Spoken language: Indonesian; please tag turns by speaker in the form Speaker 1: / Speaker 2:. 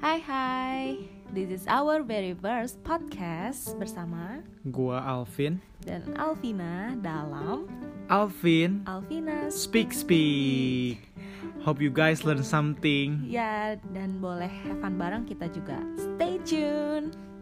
Speaker 1: Hai hai, this is our very first podcast bersama
Speaker 2: Gua Alvin.
Speaker 1: dan Alvina dalam
Speaker 2: Alvin,
Speaker 1: Alvina
Speaker 2: speak speak. Hope you guys learn something.
Speaker 1: Ya dan boleh have fun bareng kita juga Stay tune